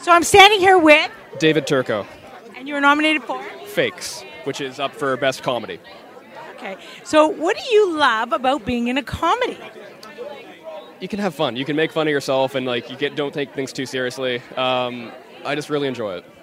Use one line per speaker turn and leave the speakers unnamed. So I'm standing here with,
David Turco,
and you were nominated for.
Fakes, which is up for Best Comedy.
Okay. So what do you love about being in a comedy?
You can have fun. You can make fun of yourself, and like you get don't take things too seriously. Um, I just really enjoy it.